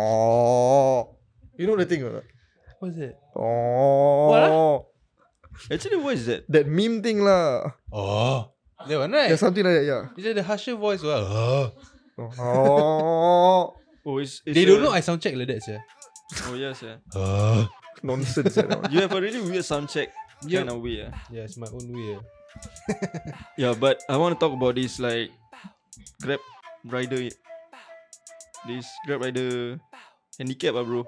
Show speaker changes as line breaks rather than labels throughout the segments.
Oh. You know the thing or not?
What is it?
Oh.
What
Actually, what is that?
That meme thing lah.
Oh. That one, right?
Yeah, something like that, yeah.
Is it the harsher voice? Well, oh.
Oh.
Oh, it's, it's
They
a-
don't know I sound check like that, yeah.
Oh yes, yeah.
Oh.
Nonsense. eh, that one.
You have a really weird sound check
Yeah.
kind of way. Yeah.
Yeah, it's my own way. Yeah.
yeah, but I want to talk about this like Grab Rider. This Grab Rider handicap, ah, bro.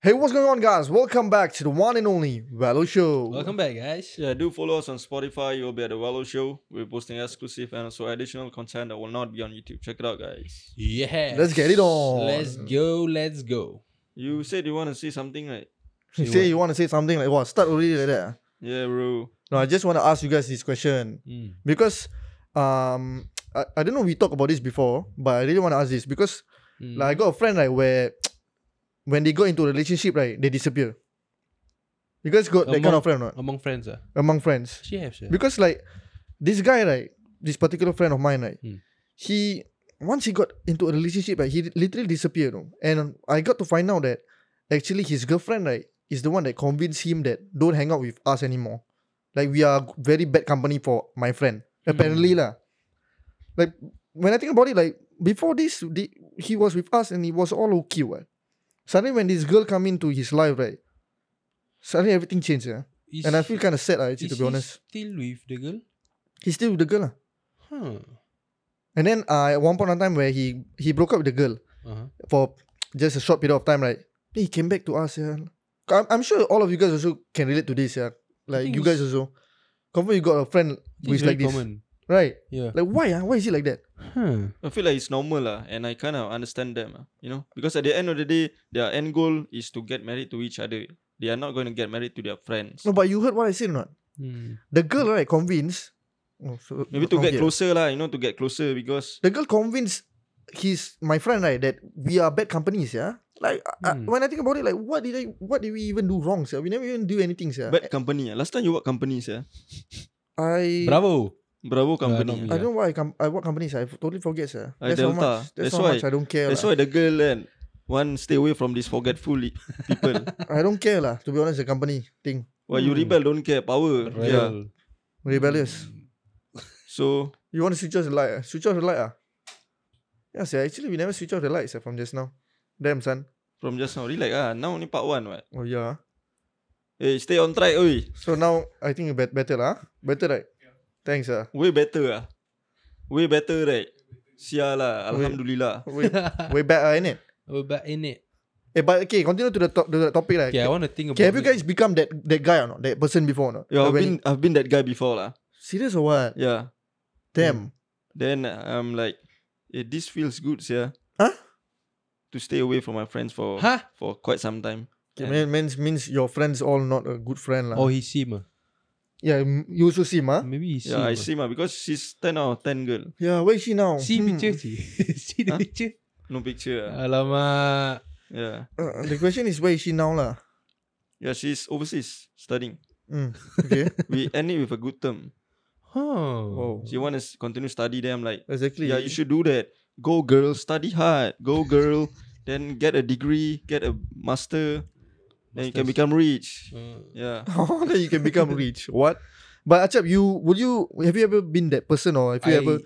Hey, what's going on, guys? Welcome back to the one and only Valor Show.
Welcome back, guys.
Yeah, do follow us on Spotify. You'll be at the Wallow Show. We're posting exclusive and also additional content that will not be on YouTube. Check it out, guys.
Yeah.
Let's get it on.
Let's go. Let's go.
You said you want to see something, right?
You
See
say
what-
you want to say something like what? Start already like that. ah?
Yeah, bro.
No, I just want to ask you guys this question
Mm.
because um I, I don't know we talked about this before, but I really want to ask this because
Mm.
like I got a friend like where when they go into a relationship right, they disappear. You guys got that kind of friend or not?
among friends, ah.
Among friends.
She have, yeah.
Because like this guy right, this particular friend of mine right,
Hmm.
he once he got into a relationship right, he literally disappeared. you know. And I got to find out that actually his girlfriend right is the one that convinced him that don't hang out with us anymore. Like we are very bad company for my friend. Apparently lah. Like when I think about it, like before this, the, he was with us and it was all okay. What? Suddenly when this girl come into his life right, suddenly everything changed. Yeah.
Is
And I
she-
feel kind of sad lah, actually
is
to be
he
honest.
Still with the girl?
He's still with the girl lah.
Huh.
And then uh, at one point of time where he he broke up with the girl
Uh-huh.
for just a short period of time, right? Then he came back to us, yeah. I'm, I'm sure all of you guys also can relate to this, yeah. Like
think
you guys also. Confirm you got a friend who is
It's
like
very
this.
common.
Right.
Yeah.
Like why? ah? Why is it like that?
Huh.
I feel like it's normal, lah, and I kind of understand them, ah, you know, because at the end of the day, their end goal is to get married to each other. They are not going to get married to their friends.
No, but you heard what I said or not?
Mm.
The girl, right, convinced. Oh, so
Maybe
not
to
from
get
here.
closer, lah, you know, to get closer because
The girl convinced his my friend, right, that we are bad companies, yeah. Like I- I-
Hmm.
when I think about it, like what did I what did we even do wrong, sir? We never even do anything, sir.
bad company. ah. Last time you work companies, yeah,
I
Bravo.
Bravo company.
not me.
ah.
I don't know why I, com- I what companies I totally forget, sir.
I
That's how
Delta.
much. That's,
That's
how
why-
much I don't care.
That's
lah.
why the girl and one stay away from these forgetful li- people.
I don't care lah. To be honest, the company thing
Why you
Hmm.
rebel don't care power. Yeah.
Bravo.
rebellious.
So
You want to switch off the light? ah? Switch off the light ah. Yeah, sir. Actually, we never switch off the lights ah, from just now. Damn son.
from just now, relax ah. Now only part one, what?
Oh yeah.
Hey, stay on track, oi.
So now I think bet- better lah. ah? Better right? Thanks ah.
Way better ah. Way better, right? Sia lah,
Way-
alhamdulillah.
Way, way back ah, innit?
We're back in it.
Eh, but okay, continue to the, top, to the topic lah.
Okay, I want to think about
Okay, have you
it.
guys become that that guy or not? That person before or not?
Yeah, I've
Like when-
been I've been that guy before lah.
serious or what?
Yeah.
Mm.
Damn.
Then I'm like, eh, this feels good, sia.
Huh?
To stay away from my friends for
Huh?
for quite some time.
Okay, man, means means your friends all not a good friend lah.
Oh, he sim.
Yeah, m- you also see ma.
Maybe he sim.
Yeah, I
ah.
see ma because she's ten out of ten girl.
Yeah, where is she now?
See
Hmm.
picture, see. see the
Huh?
picture.
No picture. ah.
Alamak.
Yeah.
Uh, the question is where is she now lah?
Yeah, she's overseas studying.
Mm, okay,
We end it with a good term.
Huh.
Wow.
She want to continue study. Then I'm like,
exactly.
yeah, you should do that. Go girl, study hard. Go girl, then get a degree, get a master, then you can
Masters.
become rich.
Uh,
Yeah.
Oh, then you can become rich. What? But Achap, you would you have you ever been that person or have you
I
ever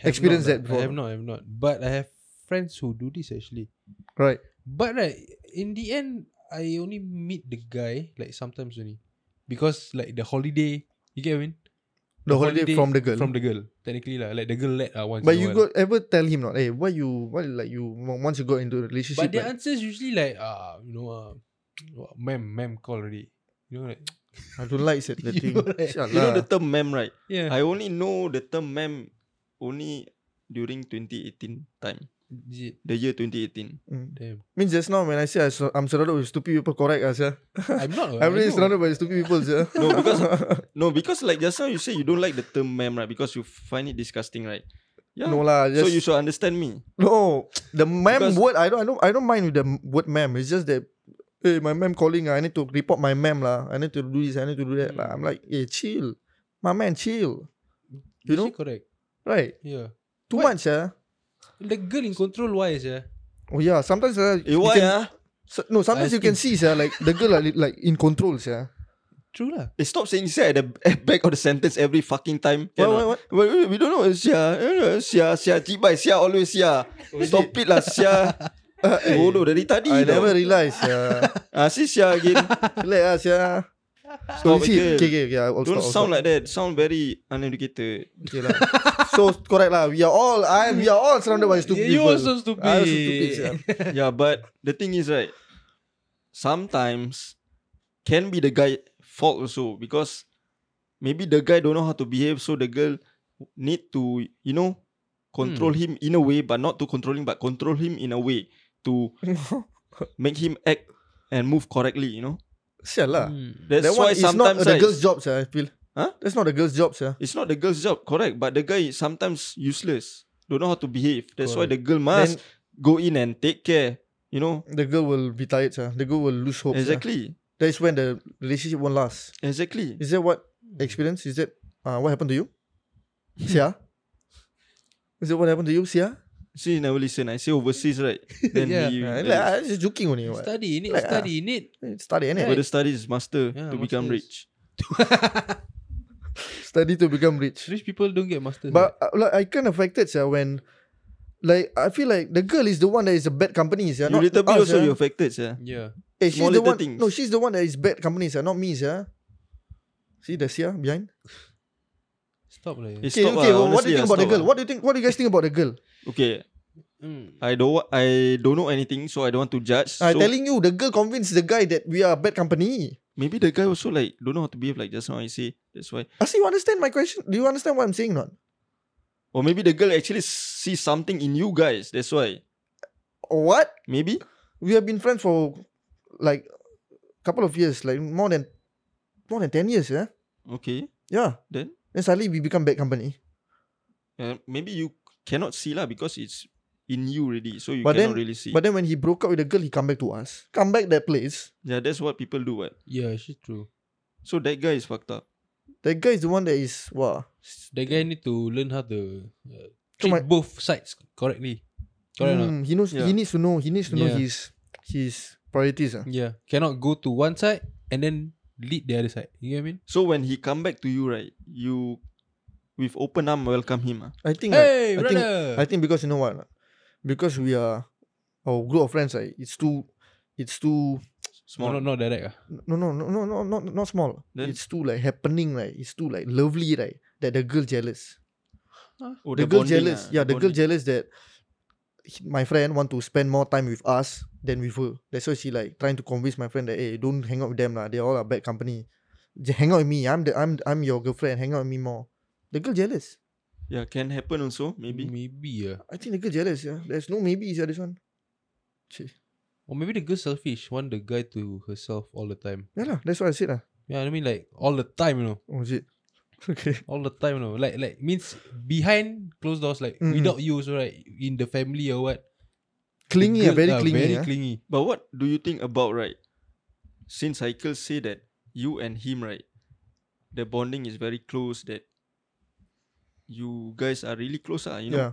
have
experienced that
not, lah. I
before?
have not, I have not. But I have friends who do this actually.
right?
But right, in the end, I only meet the guy like sometimes only. Because like the holiday, you get what I mean?
The, holiday, from the girl.
From the girl, technically lah. Like the girl let uh, once
but
in a
you
while.
got ever tell him not? Hey, why you why like you on- once you got into a relationship?
But the
like,
answers usually like uh you know uh what, ma'am ma'am call already. You know like
I don't like said that
You
thing.
know, like-
Shut
You know the
lah.
term mem, right?
yeah.
I only know the term mem only during 2018 time.
Is it?
The year 2018.
Mm.
Damn.
Means just now when I say I sur- I'm surrounded with stupid people, correct us yeah.
I'm not. I
I'm really
know.
surrounded by stupid people, yeah.
No, because no, because like just now you say you don't like the term mem, right? Because you find it disgusting, right? Yeah.
no lah.
so
Just
you should understand me.
No, the ma'am
Because-
word I don't I don't I don't mind with the m- word ma'am. It's just that hey, my ma'am calling, ah, I need to report my ma'am lah. I need to do this, I need to do that. lah. I'm like, hey, chill. My man, chill. You
Is
know?
she correct?
Right.
Yeah.
Too
What?
much, yeah.
The girl in control wise, yeah.
Oh yeah, sometimes uh,
Eh,
you
why
can-
ah?
so- no, sometimes
I
you can see, yeah, like the girl are li- like in control, yeah.
True lah.
Eh, stop saying sia at the at back of the sentence every fucking time.
What,
Can
what,
or
what?
not? Wait, wait, we don't know. eh, Sia, eh, sia, sia, cibai, sia, always sia. Stop it lah, sia. Eh, Bodoh dari tadi.
I
tau.
never realize, yeah.
Ah, see sia again.
Relax, ah, sia. you
Stop
see,
again.
okay, okay, okay, I'll
Oh,
stop,
Don't
I'll
sound
stop.
like that. Sound very uneducated.
Okay lah. so correct lah. We are all, I we are all surrounded by stupid
you
people.
also stupid.
I also stupid, sia.
yeah, but the thing is right. Sometimes can be the guy fault also because maybe the guy don't know how to behave, so the girl need to you know control him in a way, but not to controlling, but control him in a way to make him act and move correctly. You know
Sia lah.
Hmm.
that's
That one
why
is not
sometimes
the
right,
girl's job, sia, I feel.
Huh?
That's not the girl's job, sia.
it's not the girl's job, correct? But the guy is sometimes useless, don't know how to behave. That's why the girl
Then
must go in and take care. You know
the girl will be tired, sia. The girl will lose hope. sia.
exactly,
That is when the relationship won't last.
exactly.
Is that what experience? Is that uh, what happened to you? Sia? Is that what happened to you, Sia?
See, you never listen. I say overseas, right? Then
Yeah.
he,
Uh,
then
like, I just joking only. What?
Study, need
Like, ah.
study, need.
Study,
go
innit?
to study his master
Yeah,
to become
masters.
rich.
Study to become rich.
Rich people don't get masters.
But uh, like, I kind of affected, sia, when like I feel like the girl is the one that is a bad company, sia.
you
Not
little
us,
bit
eh?
also
sia.
you affected, yeah.
right? yeah.
Eh,
small
she's the
little
one.
things.
No, she's the one that is bad company, sia. Not me, sia. See the sia behind.
Stop lah.
It's
Okay,
stop
okay.
ah,
well, what do
honestly
you
ah,
think about the
stop
girl?
ah.
What do you think? What do you guys think about the girl?
Okay,
Mm.
I don't. wa- I don't know anything, so I don't want to judge.
I'm
so
telling you, the girl convinced the guy that we are bad company.
maybe the guy also like don't know how to behave like just now. I say that's why.
Asi, Ah, you understand my question? Do you understand what I'm saying? Not.
Or maybe the girl actually see something in you guys. That's why.
What?
Maybe
We have been friends for like couple of years, like more than more than ten years, yeah.
okay.
Yeah.
Then?
then suddenly we become bad company.
Uh, maybe you cannot see lah because it's in you already, so you
But then-
cannot really see.
But then when he broke up with the girl, he come back to us. Come back that place.
yeah, that's what people do. What?
Yeah, she's Ya, true.
So that guy is fucked up.
That guy is the one that is wow.
The guy need to learn how to uh,
So
treat
my-
both sides correctly. Correct or not?
Mm, he knows. He
Yeah.
needs to know. He needs to know
Yeah.
his his priorities. Ah,
Yeah. Cannot go to one side and then lead the other side. You get what I mean?
So when he come back to you, right, you with open arm welcome him. ah.
I think. ah,
Hey,
I think,
brother!
I think because you know what, ah, because we are our group of friends. Right, it's too, it's too.
Small.
No, no, not direct. ah.
No, no, no, no, no, not not small.
Then-
it's too like happening. Right, it's too like lovely. Right, that the girl jealous.
Oh,
the, girl
bonding
jealous.
ah,
yeah, the, girl
bonding.
jealous that he- my friend want to spend more time with us than with her. That's why she like trying to convince my friend that hey, don't hang out with them lah. They all are bad company. J- hang out with me. I'm the I'm I'm your girlfriend. Hang out with me more. The girl jealous.
Yeah, can happen also maybe.
Maybe, yeah.
I think the girl jealous. Yeah, there's no maybe. Yeah, this one. Chey.
Or maybe the girl selfish, want the guy to herself all the time.
Yeah lah. That's what I said lah.
Yeah, I mean like all the time, you know.
Oh shit. Okay.
All the time, you know. Like like means behind closed doors, like
Mm.
without you also right, in the family or what. the
Clingy. ah,
girl
very
are
clingy.
Very
ah.
clingy.
But what do you think about right? Since Haikal say that you and him right, the bonding is very close. That you guys are really close. Ah, you know.
yeah.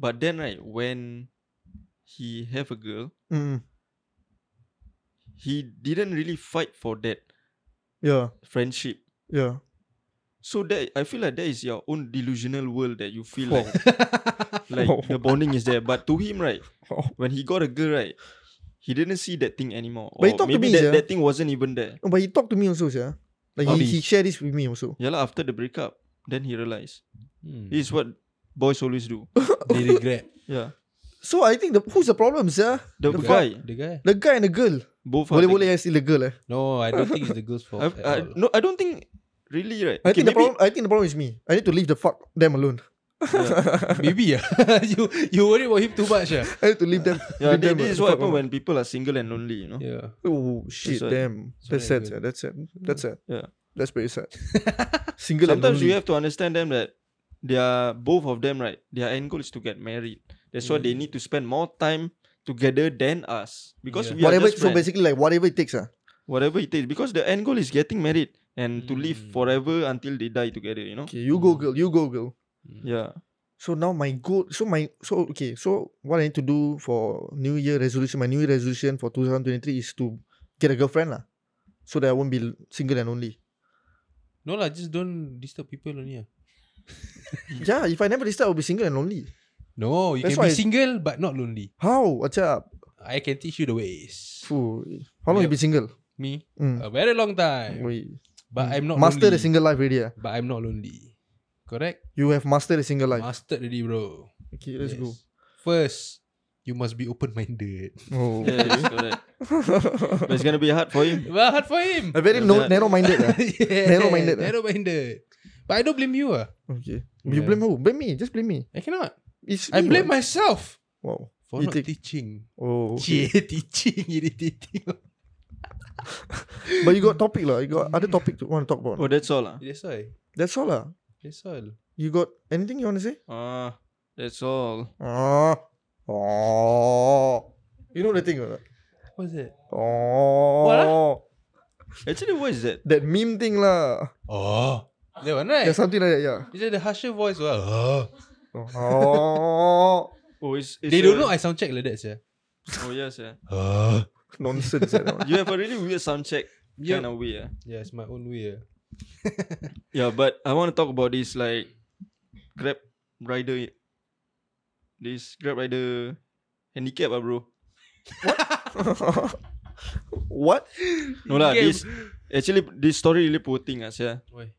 But then right, when he have a girl,
Mm.
he didn't really fight for that
Yeah.
friendship.
Yeah.
So that I feel like that is your own delusional world that you feel
Wow.
like, like
Oh.
the bonding is there. But to him, right,
Wow.
when he got a girl, right, he didn't see that thing anymore.
But he
Or
talked to
maybe
me,
that,
sia.
that thing wasn't even there.
No, but he talked to me also, yeah. Like
How
he,
did
he shared this with me also.
Yeah, lah. after the breakup, then he realized.
Hmm.
This is what boys always do.
They regret.
yeah.
So I think the who's the problem, yeah?
The,
The
guy,
The guy?
The guy and the girl.
both are
Boleh
the-
boleh I still the girl eh.
No, I don't think it's the girl's fault.
I've-
at
I,
all.
no, I don't think really right.
I
Okay,
think the
maybe-
problem I think the problem is me. I need to leave the fuck them alone.
Yeah,
Maybe yeah. you you worry about him too much yeah.
I need to leave them.
yeah
leave
thi-
them
this is
the
what
fuck
happens
alone.
when people are single and lonely, you know.
Yeah.
Oh shit,
That's why-
damn. That's
why I
sad,
agree.
yeah. That's sad. That's sad.
Yeah.
That's very sad. Single
Sometimes
and
you
lonely.
have to understand them that
Hmm.
they are both of them, right? Their end goal is to get married. That's why they need to spend more time together than us because
Yeah.
we
whatever.
are just
So
friends.
basically, like whatever it takes, ah.
whatever it takes because the end goal is getting married and to live
Mm.
forever until they die together you know
Okay, you
Mm.
go, girl. You go, girl.
yeah
So now my goal. So my so okay. So what I need to do for New Year resolution, my New Year resolution for 2023 is to get a girlfriend, lah, so that I won't be single and lonely.
No lah, just don't disturb people only. ah.
Mm.
yeah, if I never disturb, I'll be single and lonely.
No, you
That's
can be
why-
single but not lonely.
How? What's up?
I can teach you the ways.
Phew. How long you
Yeah.
been single?
Me,
Mm.
a very long time,
Wait.
Uh, but I'm not
Master
lonely.
the single life already. ah.
But I'm not lonely. Correct?
You have mastered the single life.
Mastered already, bro.
okay, let's
Yes. First, you must be open-minded.
go. Oh.
yes, correct. but it's gonna be hard for him
well, hard for him.
A very no,
Yeah.
narrow-minded. eh? lah.
yeah,
Narrow-minded, ah.
Narrow-minded. eh? But I don't blame you. Ah,
Okay. You
Yeah.
blame who? Blame me. Just blame me.
I cannot.
It's
I
me
blame
what?
myself
Wow.
for
You
not
take-
teaching.
Oh.
Cie,
okay.
teaching irritating.
but you got topic lah. You got other topic to want to talk about.
oh that's all ah
That's why.
That's all lah.
That's all.
You got anything you want to say?
Ah, that's all
Oh. Oh. You know the thing or not?
What's that?
Oh.
What
actually what is that
That meme thing lah.
Oh, that one right?
There's something like that, yeah.
Is that the harsher voice? Well, oh.
Oh.
oh it's, it's
they
a-
don't know I sound check like that, sir.
oh yes yeah
Oh.
Nonsense. eh, that one.
you have a really weird sound check
Yeah.
kind of way yeah
Yeah, it's my own way. ah.
yeah but i want to talk about this like grab rider this grab rider handicap ah bro
what?
no lah
Handicap.
this actually this story really poor thing ah yeah
Why?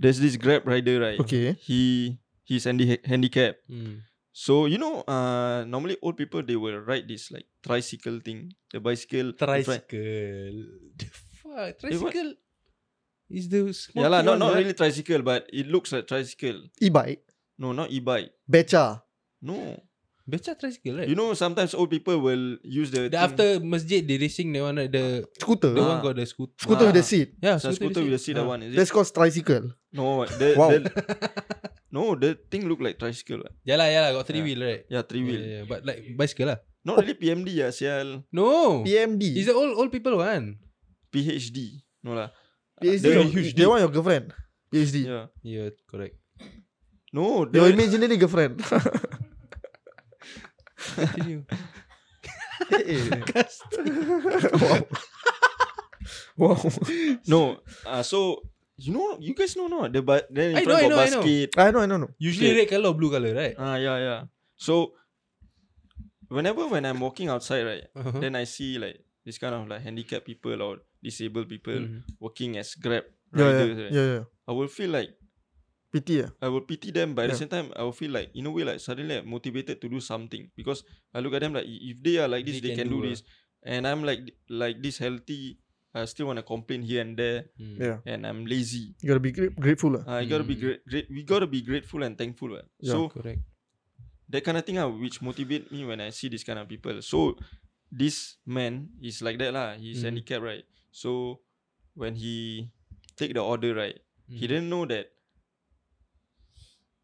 there's this grab rider right
Okay.
he he's handi- handicapped
Mm.
So you know, uh, normally old people they will ride this like tricycle thing, the bicycle. in front.
Tricycle. The fuck? Tricycle is the small
Yeah lah,
thing
not
one,
not
right?
really tricycle, but it looks like tricycle.
E-bike.
No, not e-bike.
Beca.
No,
Beca tricycle, right?
you know sometimes old people will use the.
the
thing-
after masjid they racing that one right? The
Scooter.
the
Ah.
one got the scooter.
Scooter with the
Ah.
seat.
Yeah,
So scooter with the seat, that
Ah.
one is it?
That's called tricycle.
No, the,
Wow.
the no the thing look like tricycle. ah.
Yeah lah, yeah lah, got three
Yeah.
wheel right?
Yeah, three
Yeah,
wheel.
yeah, yeah, but like bicycle lah.
Not really PMD yeah, sial.
No,
Oh.
it's
PMD.
the old old people one.
PhD. No lah.
PhD.
They
They,
want huge
they
dick.
want your girlfriend. PhD.
Yeah.
Yeah, correct.
No,
Your
the,
imaginary girlfriend.
Continue.
wow.
no. Uh, so you know, you guys know not the but then in
I
front
know, I
got
know, I know.
basket.
I know, I know, no.
Usually red color or blue color, right?
Ah yeah yeah. So whenever when I'm walking outside right,
Uh-huh.
then I see like this kind of like handicapped people or disabled people
Mhm.
working as Grab
Yeah,
riders.
yeah,
right?
yeah, yeah.
I will feel like
Pity, yeah.
I will pity them, but at the
Yeah.
same time I will feel like in a way like suddenly I'm motivated to do something because I look at them like i- if they are like this, they, can, do,
ah.
this, and I'm like like this healthy. I still want to complain here and there,
Mm.
Yeah.
and I'm lazy.
You gotta be gra- grateful. lah.
I Uh, gotta be
Mm.
great, great. We gotta be grateful and thankful. ah.
Mm-hmm. Yeah.
So
correct.
that kind of thing ah, which motivate me when I see this kind of people. So this man is like that lah.
Mm-hmm.
He's
Mm.
handicapped, right? So when he take the order, right,
Mm-hmm.
he didn't know that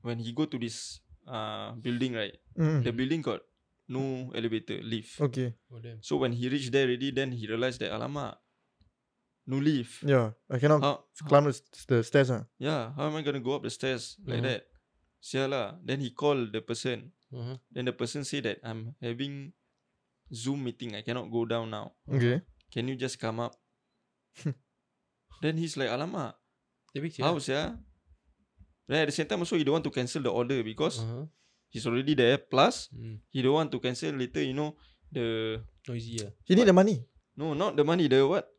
when he go to this uh building, right,
Mm.
the building got no elevator lift.
Okay.
Oh, damn.
So when he reached there already, then he realized that alamak, no lift. Uh,
Yeah. I cannot
How,
climb the, st- the stairs. ah.
yeah, Ya, how am I gonna go up the stairs like
Mhm.
that? Sia lah. Then he called the person.
Uh-huh.
Then the person say that I'm having Zoom meeting. I cannot go down now.
Okay.
Can you just come up? then he's like, alamak,
The picture.
how sia? Then at the same time also he don't want to cancel the order because
Uh-huh.
he's already there. Plus,
Mm.
he don't want to cancel later, you know, the...
Noisy ah.
He need the money.
No, not the money, the what?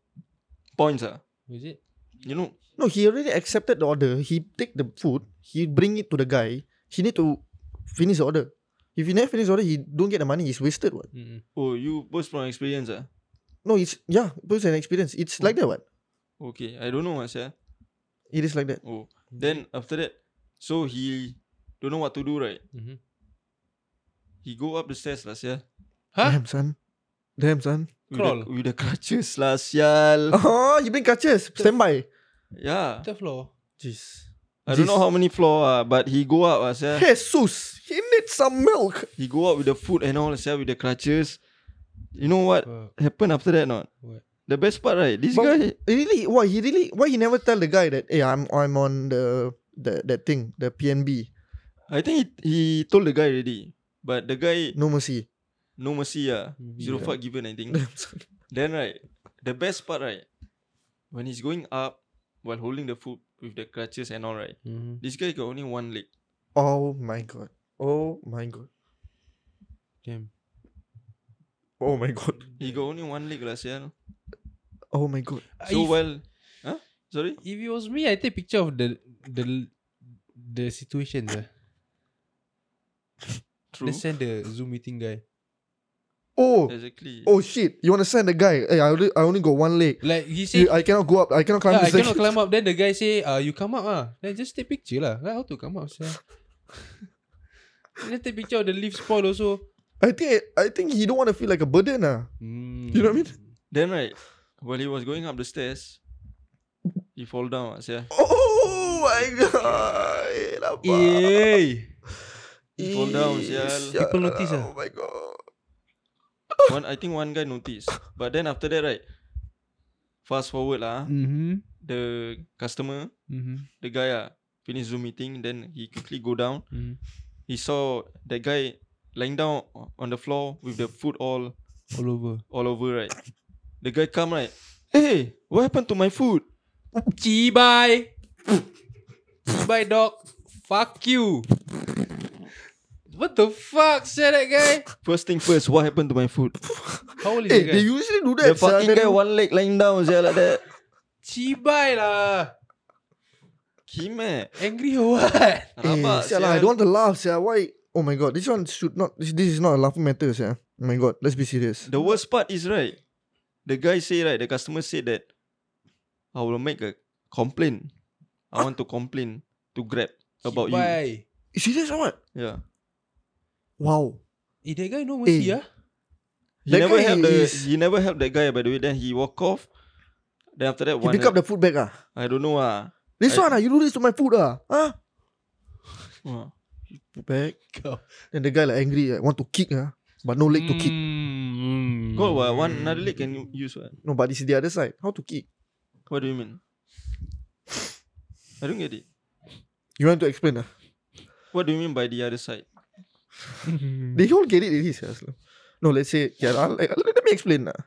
Points ah.
Is it?
You know,
No, he already accepted the order. He take the food. He bring it to the guy. He need to finish the order. If he never finish the order, he don't get the money. It's wasted. What?
Mm-mm.
oh, you both from experience ah.
No, it's yeah. It's an experience. It's like that. What?
Okay, I don't know ah sia.
It is like that.
Oh,
Hmm.
then after that, so he don't know what to do, right?
Mm-hmm.
He go up the stairs lah sia.
Huh?
Damn son. Damn son.
With
Crawl. Oh.
the, with the crutches lah sial
Oh, he bring crutches. Standby.
Yeah
The floor.
Jeez.
I don't know
This-
how many floor, uh, but he go up, uh, sir.
Jesus, he needs some milk.
he go up with the food and all, sir, with the crutches. You know what happened after that? Not
What?
the best part, right? This
But-
guy,
Really? Why he really? Why he never tell the guy that? Hey, I'm I'm on the the that thing, the PNB,
I think he, he told the guy already, but the guy
no mercy.
no mercy, uh,
Mm-hmm. Yeah.
zero fuck given, I think. Then right, the best part right, when he's going up while holding the food with the crutches and all right,
hmm
this guy got only one leg.
oh my god. Oh my god.
Damn.
Oh my god.
He got only one leg last year.
Oh my god.
So
if,
well, huh? Sorry,
if it was me, I take picture of the the the situation. Uh.
true.
Let's send the Zoom meeting guy.
Oh.
Exactly.
Oh shit. You wanna send the guy? Hey, I only I only got one leg.
Like he
You-
said,
I cannot go up. I cannot climb
yeah, I
this leg.
cannot climb up. Then the guy say, uh, you come up ah. Then just take picture lah. Like, how to come up? Sir? then take picture of the leaf spoil also.
I think I think he don't want to feel like a burden ah.
Mm.
You know what I mean?
Then right, while he was going up the stairs, he fall down. ah, sia.
Oh my god. Eh, lapar.
Yay!
he fall down, sial.
Ish,
People
ah,
notice ah.
Oh my god.
one I think one guy noticed, but then after that right, fast forward lah,
Mm.
ah,
Mm-hmm.
the customer,
Mm-hmm.
the guy ah, finish Zoom meeting, then he quickly go down.
Mm-hmm.
He saw that guy lying down o- on the floor with the food all
All over.
all over right. The guy come right. Hey, what happened to my food?
Chi bye. bye dog. Fuck you. What the fuck said that guy?
First thing first, what happened to my food?
How old is
Eh,
the
they
guy?
usually do that.
the
sial.
fucking
Then-
guy one leg lying down sia, like that.
Chi bye lah.
Kim eh.
Angry or what?
Eh,
Rabak
sial lah, I don't want to laugh, sia. Why? Oh my god, this one should not. This, this is not a laughing matter, sia. Oh my god, let's be serious.
The worst part is right. The guy say right. The customer said that I will make a complaint. I want to complain to Grab about
Chi
you.
bye.
Serious or what?
Yeah.
Wow.
Eh, that guy no mercy
Eh.
ah.
He
That
never
guy
helped the
is-
he never helped that guy by the way. Then he walk off. Then after that
You
one
pick up the food bag, ah.
I don't know ah.
This
I-
one, ah, you do this to my food, ah. Huh?
Wah.
Food bag.
Kau.
Then the guy like angry, like, want to kick, ah. But no leg to
Hmm.
uh, kick.
Mm.
Got what? One another leg can you use what?
No, but this is the other side. How to kick?
What do you mean? I don't get it.
You want to explain, ah?
What do you mean by the other side?
They all get it, it is, sia. No, let's say, yeah, I'll, I'll- let me explain, ah.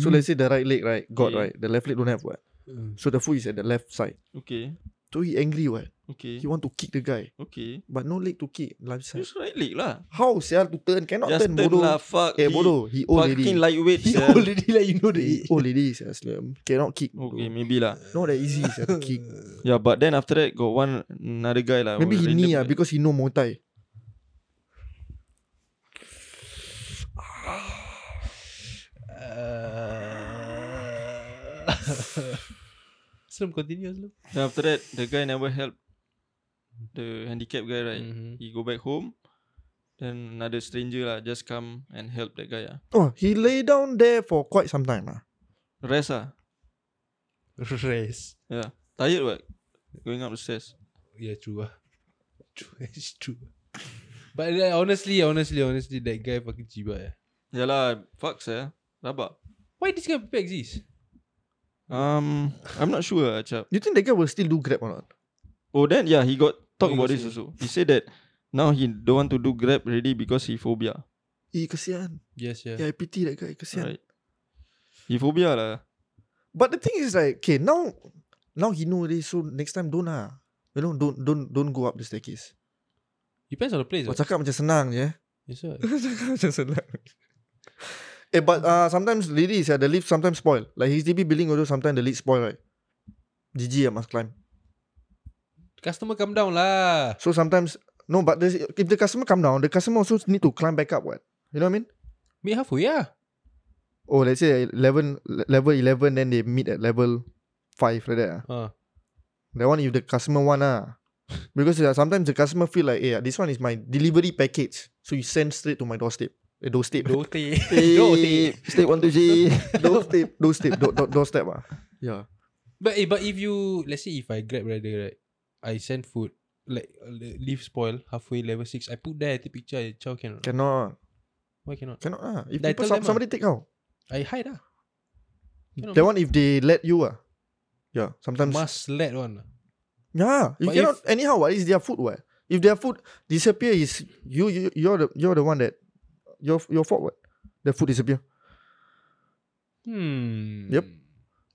So let's say the right leg, right, got
Yeah.
right. The left leg don't have what. So the food is at the left side.
Okay.
So he angry, what?
Okay.
He want to kick the guy,
Okay.
but no leg to kick, left side.
Use right leg lah.
How sia to turn? Cannot
Just
turn,
turn
bodoh.
lah. Fuck.
eh
He
bodoh, he old lady.
Fucking lightweight.
He
sia.
already like you know
he
the
old lady sia, slim. Cannot kick. bodoh.
Okay, maybe lah.
Not that easy sia to kick.
Yeah, but then after that got one another guy lah.
Maybe
one
he
random
knee ah
guy.
because he know Muay Thai.
Slum Uh. continue Slum
Then after that the guy never help the handicapped guy right.
Hmm.
He go back home. Then another stranger lah just come and help that guy ah.
Oh, he lay down there for quite some time ah.
Rest ah.
Race
Yeah. Tired what? Going up the stairs.
Yeah true ah True It's true But like, honestly Honestly honestly That guy fucking jibat eh.
Yeah lah. Fuck sia. Rabak.
Why this kind of people exist?
Um, I'm not sure ah, chap.
You think that guy will still do grab or not?
Oh then yeah he got talk
he
about
got
this
say.
also. He said that now he don't want to do grab already because he phobia.
Eh, kesian.
Yes yeah,
Yeah, I pity that guy. Kesian.
Right. He phobia lah.
But the thing is like, okay, now, now he know this. So next time don't ah. You know, don't don't don't go up the staircase.
Depends on the place
Kau
ah.
cakap macam senang je. eh.
Yes sir
Macam senang Eh but uh, Sometimes ladies yeah, The lift sometimes spoil Like HDB building also Sometimes the lift spoil right GG I must climb
Customer come down lah
So sometimes No but there's- If the customer come down The customer also need to climb back up what You know what I mean
Meet halfway ah
Oh let's say 11 le- Level 11 Then they meet at level 5 Like that ah.
uh.
That one if the customer want ah. Because uh, sometimes the customer feel like Eh this one is my delivery package So you send straight to my doorstep Eh doorstep
Dote
Hey, step one two G.
Doorstep Doorstep Doorstep, doorstep ah. Yeah
But eh, but if you let's say if I grab rider right, I send food, like uh, le- leave spoil halfway level six. I put there, I take picture. I chow cannot.
Cannot.
Why cannot?
Cannot ah. If
Then I
people,
tell
some,
them ah.
somebody take out.
I hide ah. Cannot
That one if they let you ah. Yeah. Sometimes.
Must let one. ah.
Yeah. You
But
cannot anyhow what is their food what? If their food disappear is you, you you're the you're the one that your your fault what? The food disappear.
Hmm.
Yep.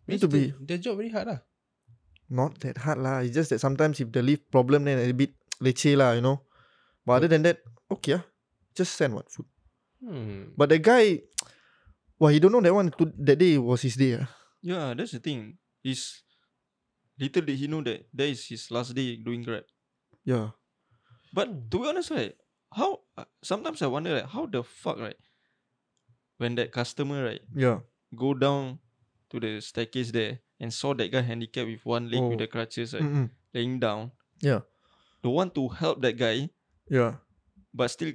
Means
Need to
the- Their job very hard ah. lah.
Not that hard lah. It's just that sometimes if the leaf problem then a bit leceh lah, you know. But other than that, okay ah. Just send what food.
Hmm.
But the guy, well, he don't know that one. To, that day was his day. ah.
Yeah, that's the thing. He's little did he know that that is his last day doing Grab.
Yeah.
But
Hmm.
to be honest, right, how uh, sometimes I wonder like how the fuck right when that customer right
Yeah.
go down to the staircase there and saw that guy handicapped with one leg with
Oh.
the crutches right,
Mm-mm.
laying down.
Yeah.
Don't want to help that guy,
Yeah.
but still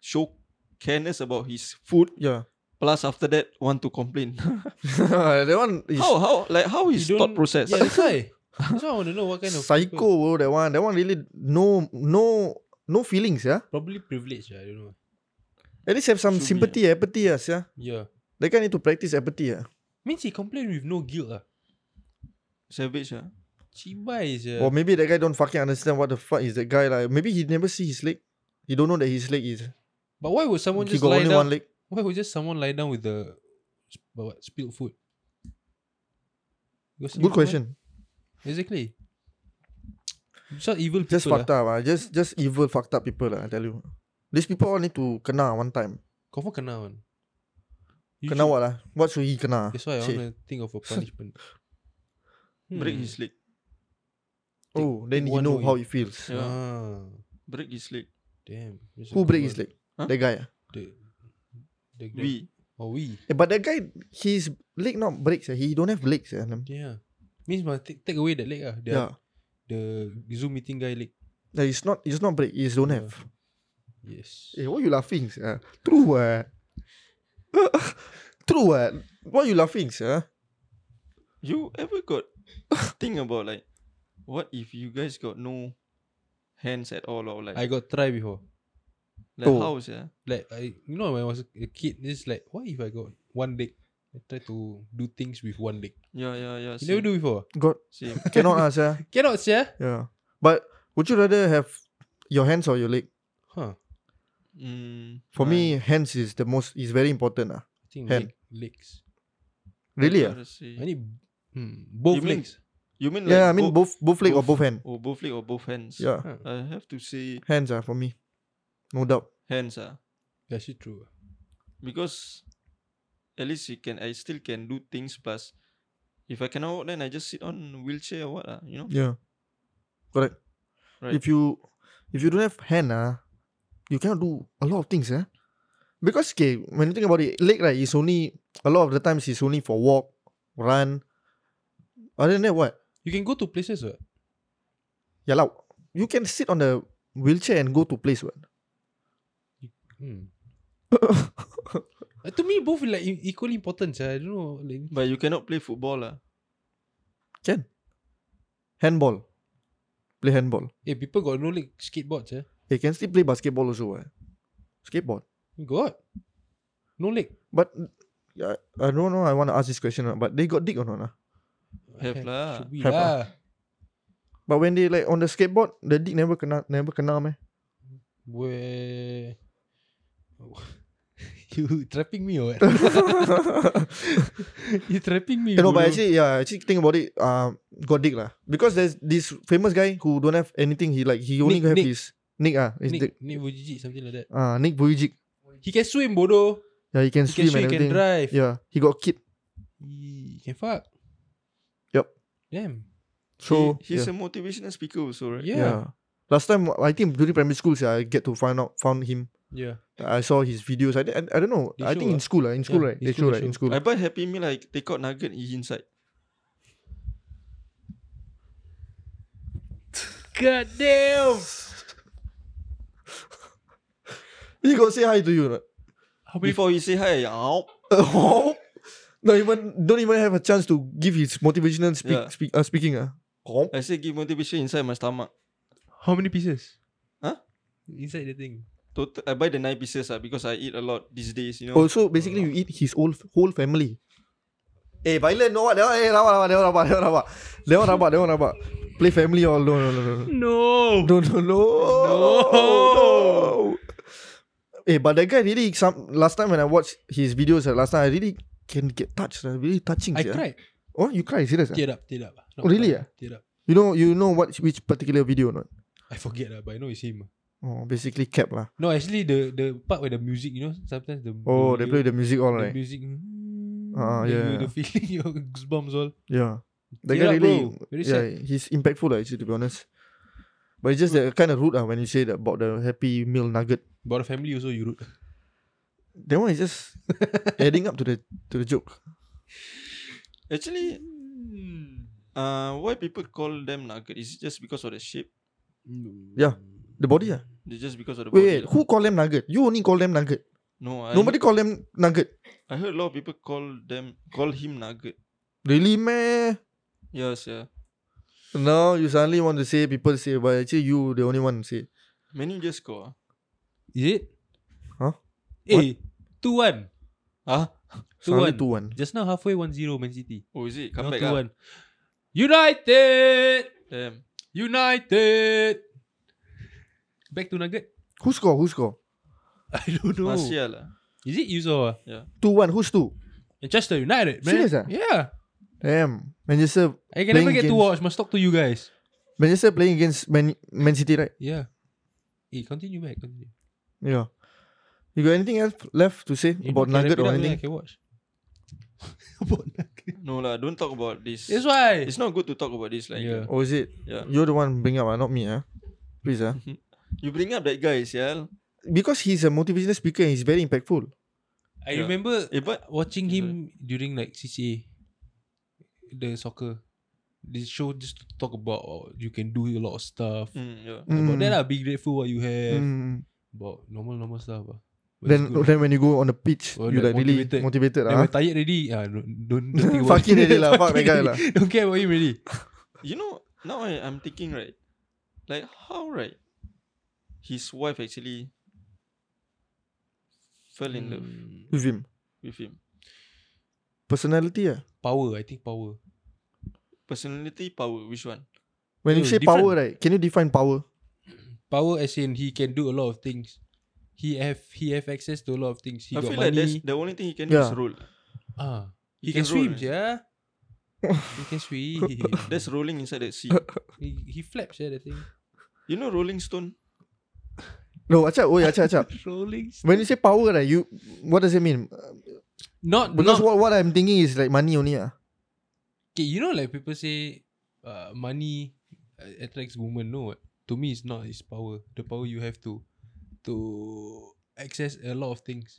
show careness about his food.
Yeah.
Plus after that want to complain.
that one is
how how like how
You
his
don't-
thought process?
Yeah, that's why. that's why I want to know what kind of
psycho, bro.
people-
That one. That one really no no no feelings, yeah.
Probably privileged. ah, I don't know.
At least have some
Should be,
sympathy, empathy, yes, yeah.
Yeah.
They guy need to practice empathy, yeah.
Means he complained with no guilt ah.
Savage ah.
Chibai is
Or maybe that guy don't fucking understand what the fuck is that guy like. Maybe he never see his leg. He don't know that his leg is.
But why would someone
He
just
got
lie
only one
down?
leg.
Why would just someone lie down with the sp- what, spilled food? Because
Good
evil,
question.
eh? Exactly. Just evil people.
Just
lah.
fucked up, ah. Just just evil fucked up people, lah, I tell you. These people all need to kena one time.
Confirm kena one. You
Kena
should-
what lah? What should he kena?
That's why I
Shit.
want to think of a punishment.
Break
Hmm.
his leg.
take
Oh, then you
one
know
away.
how it feels.
Yeah.
Ah,
Break his leg.
damn. that's a
Who
good
break his
one.
leg?
Huh?
The guy. ah.
The, the guy-
We.
Oh, we.
Eh, but that guy, his leg not breaks. eh. He don't have legs. eh, Nam.
Yeah. Means must take, take away that leg ah. The,
Yeah.
the Zoom meeting guy leg.
Like, it's not. It's not break. It's don't
Yeah.
have.
Yes.
Eh, why you laughing? sia? True what? True what? Why you laughing? Sir?
You ever got think about like what if you guys got no hands at all or like,
I got try before.
like
Oh.
house yeah?
Like I you know when I was a kid, this like what if I got one leg? I try to do things with one leg.
Yeah, yeah, yeah.
You
Same,
never do before.
God
same.
cannot ask. Sir.
Cannot sir.
Yeah. But would you rather have your hands or your leg?
Huh.
Mm,
For
I-
me, hands is the most. Is very important. Ah.
I think
Hand.
leg, legs.
Really? Ah.
I'd rather say-
I need hmm, both
mean
legs.
You mean Mm-hmm. like
Yeah. I mean
bo-
both both leg or both
both.
hand.
oh, both leg or both hands?
Yeah.
Huh.
I have to say
Hands are for me. No doubt.
hands ah
That's it true.
because at least you can I still can do things plus if I cannot walk then I just sit on wheelchair or what ah you know
Yeah. Correct.
Right.
If you if you don't have hand ah, you cannot do a lot of things eh. Because okay, when you think about it, leg right is only a lot of the times it's only for walk, run. Other than that, what?
You can go to places what?
Yeah, lah. You can sit on the wheelchair and go to place what?
Hmm. Uh, to me both like e- equally important. Sir. I don't know like
but you cannot play football ah
Can. Handball. Play handball.
eh, people got no leg skateboards, eh?
You can still play basketball also. Eh. Skateboard.
God. No leg.
But yeah, I don't know. I want to ask this question, ah, but they got dick or not? ah?
Have lah.
Should be
Have
lah.
lah. But when they like on the skateboard, the dick never kena never kena meh.
Where you trapping me or what? you trapping me.
You know, but
bro.
actually, yeah, actually think about it, um, got dick lah. Because there's this famous guy who don't have anything. He like he only
Nick-
have
Nick.
his Nick ah, his
Nick,
dick.
Nick Vujicic, something like that.
Ah, Nick Vujicic.
He can swim, bodoh.
Yeah, he can
He
swim
can swim,
and
he can
everything.
drive.
yeah, he got kid.
He can fuck.
Yup.
Damn.
So
He- he's
yeah.
a motivational speaker also right
Yeah.
yeah. Last time I think during primary school, sia, I get to find out found him.
Yeah.
I saw his videos. I, I, I don't know.
They
I
show
think in
ah.
school, ah, in school,
Yeah,
right?
in
They show,
school, they
right? In
show.
school.
I buy Happy Meal I take out nugget he inside
God damn.
He got say hi to you. or Not?
How many
before he say hi ow.
Oh, not even don't even have a chance to give his motivational speak,
Yeah.
speak uh, speaking ah. Comp.
I say give motivation inside my stomach.
How many pieces?
Huh?
Inside the thing.
Total, I buy the nine pieces ah because I eat a lot these days. You know.
Also, Oh, basically, you eat his whole whole family. Eh, violent, no what? That one, eh, rabak, rabak, that one, rabak, that one, rabak. That one, rabak, that one, rabak. Play family all, no, no, no, no. no.
No.
No, no, no.
No.
Eh, but that guy really, some, last time when I watched his videos, uh, last time I really can get touched. Uh, really touching.
I
sia.
cried.
Oh, you cry, serious? Uh?
Teared up, teared up.
Oh, really,
cry, Teared up.
You know, you know what, which particular video or not?
I forget lah, but I know it's him. ah.
Oh, basically cap lah.
No, actually the the part where the music, you know, sometimes the
Oh, they play the music all
the
right.
music.
Ah,
then you-
yeah.
The feeling, your goosebumps all.
Yeah. The
Yeah,
guy really,
bro. Very
yeah, he's impactful lah actually to be honest. But it's just that kind of rude ah when you say that about the happy meal nugget.
About the family also, you rude.
That one is just adding up to the to the joke.
Actually, uh, why people call them nugget? Is it just because of the shape?
Yeah. The body ah.
Is it just because of the
Wait,
body?
wait, who call them nugget? You only call them nugget.
No, I,
Nobody call them nugget.
I heard a lot of people call them call him nugget.
Really man?
Yes, yeah.
Now you suddenly want to say people say, but actually you the only one say.
Many just score.
Is it?
Huh?
Eh, 2-1.
Ah, huh?
Two
Suddenly
one.
two one.
Just now halfway 1-0 Man City.
oh, is it? Come
Now
back. Ah.
2-1. United!
Damn.
United! Back to Nugget?
Who score? Who score?
I don't know.
Martial. ah.
Is it you saw? ah?
Two one. Who's two?
Manchester United, man.
Serious ah?
Yeah.
Damn. Manchester
I can never
Playing
get to
games.
watch. Must talk to you guys.
Manchester playing against Man, Man City, right?
Yeah. Eh, continue back. Continue.
Yeah. You got anything else left to say
Eh,
about
can
Nugget
wrap it
or
up,
anything?
yeah, I can watch. about Nugget.
No lah, don't talk about this.
That's why.
It's not good to talk about this. Like,
Yeah.
Or is it
yeah.
you're the one bring up, ah, not me, ah? Please, ah.
You bring up that guy, yeah.
Because he's a motivational speaker and he's very impactful.
I
Yeah.
remember
Eh, but
watching him during like CCA, the soccer. This show just to talk about oh, you can do a lot of stuff.
mm, yeah.
Mm.
About that, lah, be grateful what you have.
Mm.
About normal, normal stuff. ah. But it's
Then,
good.
then when you go on the pitch,
Oh,
you
like
like really
motivated.
motivated,
Then
ah.
we're tired already. Ah, don't, don't, don't think about
Fuck it already lah, fuck that guy
already. Don't care about him already.
You know, now I, I'm thinking, right? Like, how, right? His wife actually fell in love
Mm,
With him,
with him.
personality, ah.
Power, I think power.
Personality, power, which one?
When you
No,
say
different.
power, right? Can you define power?
Power as in he can do a lot of things. He have he have access to a lot of things. He
I
got
feel like that's
money.
the only thing he can do is
Yeah.
roll.
ah,
he
he, can,
can
swim,
roll, eh?
yeah. he can swim.
That's rolling inside that sea.
he, he flaps, yeah, that thing.
You know Rolling Stone?
No, acha, oh, acha, acha.
Rolling.
When you say power, right? You, what does it mean?
Not
Because
not.
what, what I'm thinking is like money only, ah.
Okay, you know, like people say, uh, money uh, attracts women. No, to me, it's not. It's power. The power you have to to access a lot of things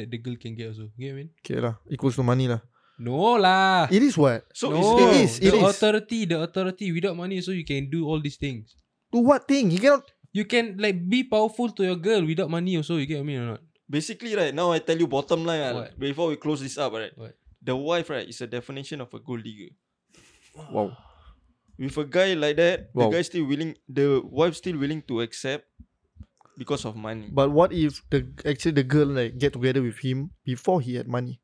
that the girl can get. Also, you get what I mean?
Okay lah, equals to money lah.
No lah.
It is what?
So
no,
it is, it
the
is.
authority, the authority. Without money, so you can do all these things.
To what thing? You cannot.
You can like be powerful to your girl without money. Also, you get what I mean or not?
Basically, right now I tell you bottom line. ah,
What?
before we close this up, right?
What?
The wife, right, is a definition of a gold digger.
Wow.
With a guy like that,
Wow.
the guy still willing, the wife still willing to accept because of money.
But what if the actually the girl like get together with him before he had money?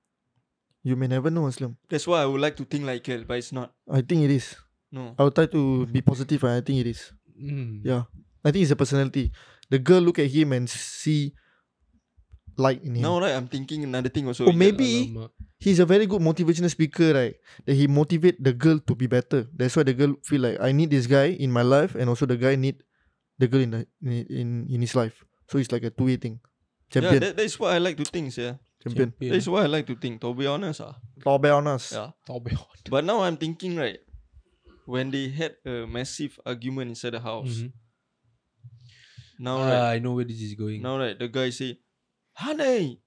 You may never know, Aslam.
That's why I would like to think like girl, but it's not.
I think it is.
No.
I will try to be positive, and I think it is.
Mm.
Yeah, I think it's a personality. The girl look at him and see light in him.
Now, right, I'm thinking another thing also.
Or Oh,
Ikat.
maybe-
Alamak.
He's a very good motivational speaker, right? That he motivate the girl to be better. That's why the girl feel like I need this guy in my life, and also the guy need the girl in the, in in, in his life. So it's like a two way thing.
yeah,
Champion,
that, that's what I like to think, yeah.
champion.
Champion.
That's what I like to think. To be honest, ah.
Lobby on us.
Yeah.
Taube hot.
But now I'm thinking, right, when they had a massive argument inside the house.
Mhm.
Now, right,
Ah, I know where this is going.
Now right, the guy say, Honey,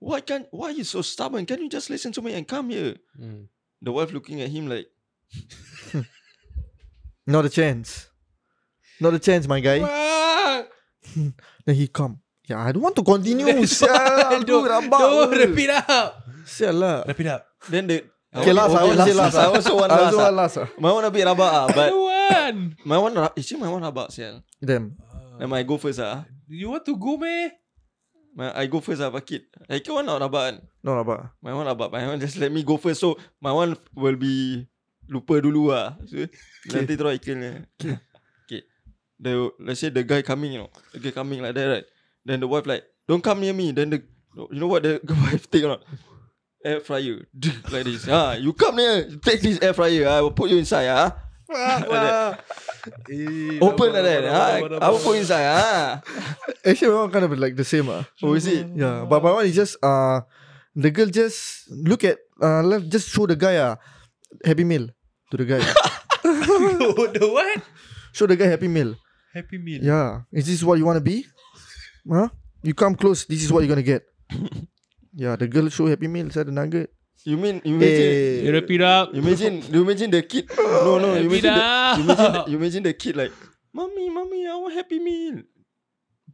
why can't why you so stubborn? Can you just listen to me and come here?
Mm.
The wife looking at him like,
Not a chance. Not a chance, my guy.
Fuck!
Then he come. Yeah, I don't want to continue. Sial,
Eh,
Don't-
aku rabak.
don't
weh.
wrap it up.
Sial lah.
Wrap it up.
then the
Okay, last, I want to say last.
I also want
I also
last.
want last. ah.
ah. My one a bit rabak ah,
But
but
one.
my one ra- actually my one rabak sial.
Damn.
Never mind, I go first ah.
you want to go meh?
My, I go first ah, bucket. I can one not rabak kan.
No, no, but
My one rabak, my one just let me go first. So my one will be lupa dulu ah. So, Nanti terus iklan ni. Okay. The, let's say the guy coming, you know. The guy coming like that, right? Then the wife like, don't come near me. Then the, you know what the wife take or not? Air fryer. like this. Ah, you come near, you take this air fryer. I will put you inside ah.
Fuck
lah.
Eh,
Open
rabak,
like that.
rabak,
Ah,
rabak,
I will
rabak.
put you inside ah.
Actually, my one kind of like the same. Ah.
Oh, is it?
Yeah, but my one is just uh, the girl just look at uh, left, just show the guy uh, happy meal to the guy.
Oh, the what?
show the guy happy meal.
Happy
Ya.
meal.
Yeah, is this what you want to be? Huh? You come close. This is what you're gonna get. yeah, the girl show happy meal inside the nugget.
You mean, you mean,
Hey.
You wrap it up.
Imagine, you imagine the kid. No, no, Oh, you
Happy
imagine the,
dah.
you imagine, the, you imagine the kid like, mommy, mommy, I want happy meal.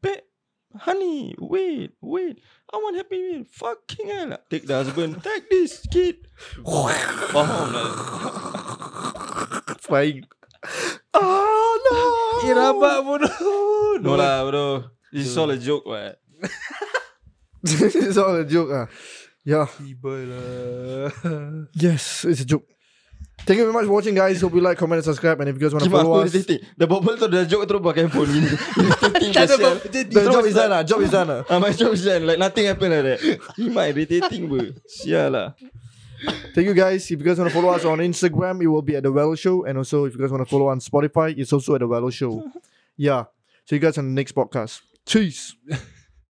Bet, honey, wait, wait, I want happy meal. Fucking hell! Take the husband, take this kid. Faham lah.
Flying. Ah no!
Eh, rabak bodoh.
Oh, No lah, bro. This is all a joke, what?
this is all a joke. Ah, yeah.
Tiba lah.
Yes, it's a joke. Thank you very much for watching, guys. Hope you like, comment, and subscribe. And if you guys want to
Cuma
follow
aku
us,
irritating. The bubble tu dah joke terus pakai phone gini. Irritating
Tak ada
kasihan.
bubble, jadi.
the
Terus
job is
like-
done. ah. Job is done. ah.
Ah, my joke is done. Like nothing happened like that. He might irritating, bro. Sial ah. lah.
Thank you, guys. If you guys want to follow us on Instagram, it will be at The Wello Show. And also, if you guys want to follow on Spotify, it's also at The Wello Show. Yeah. See you guys on the next podcast. Cheese.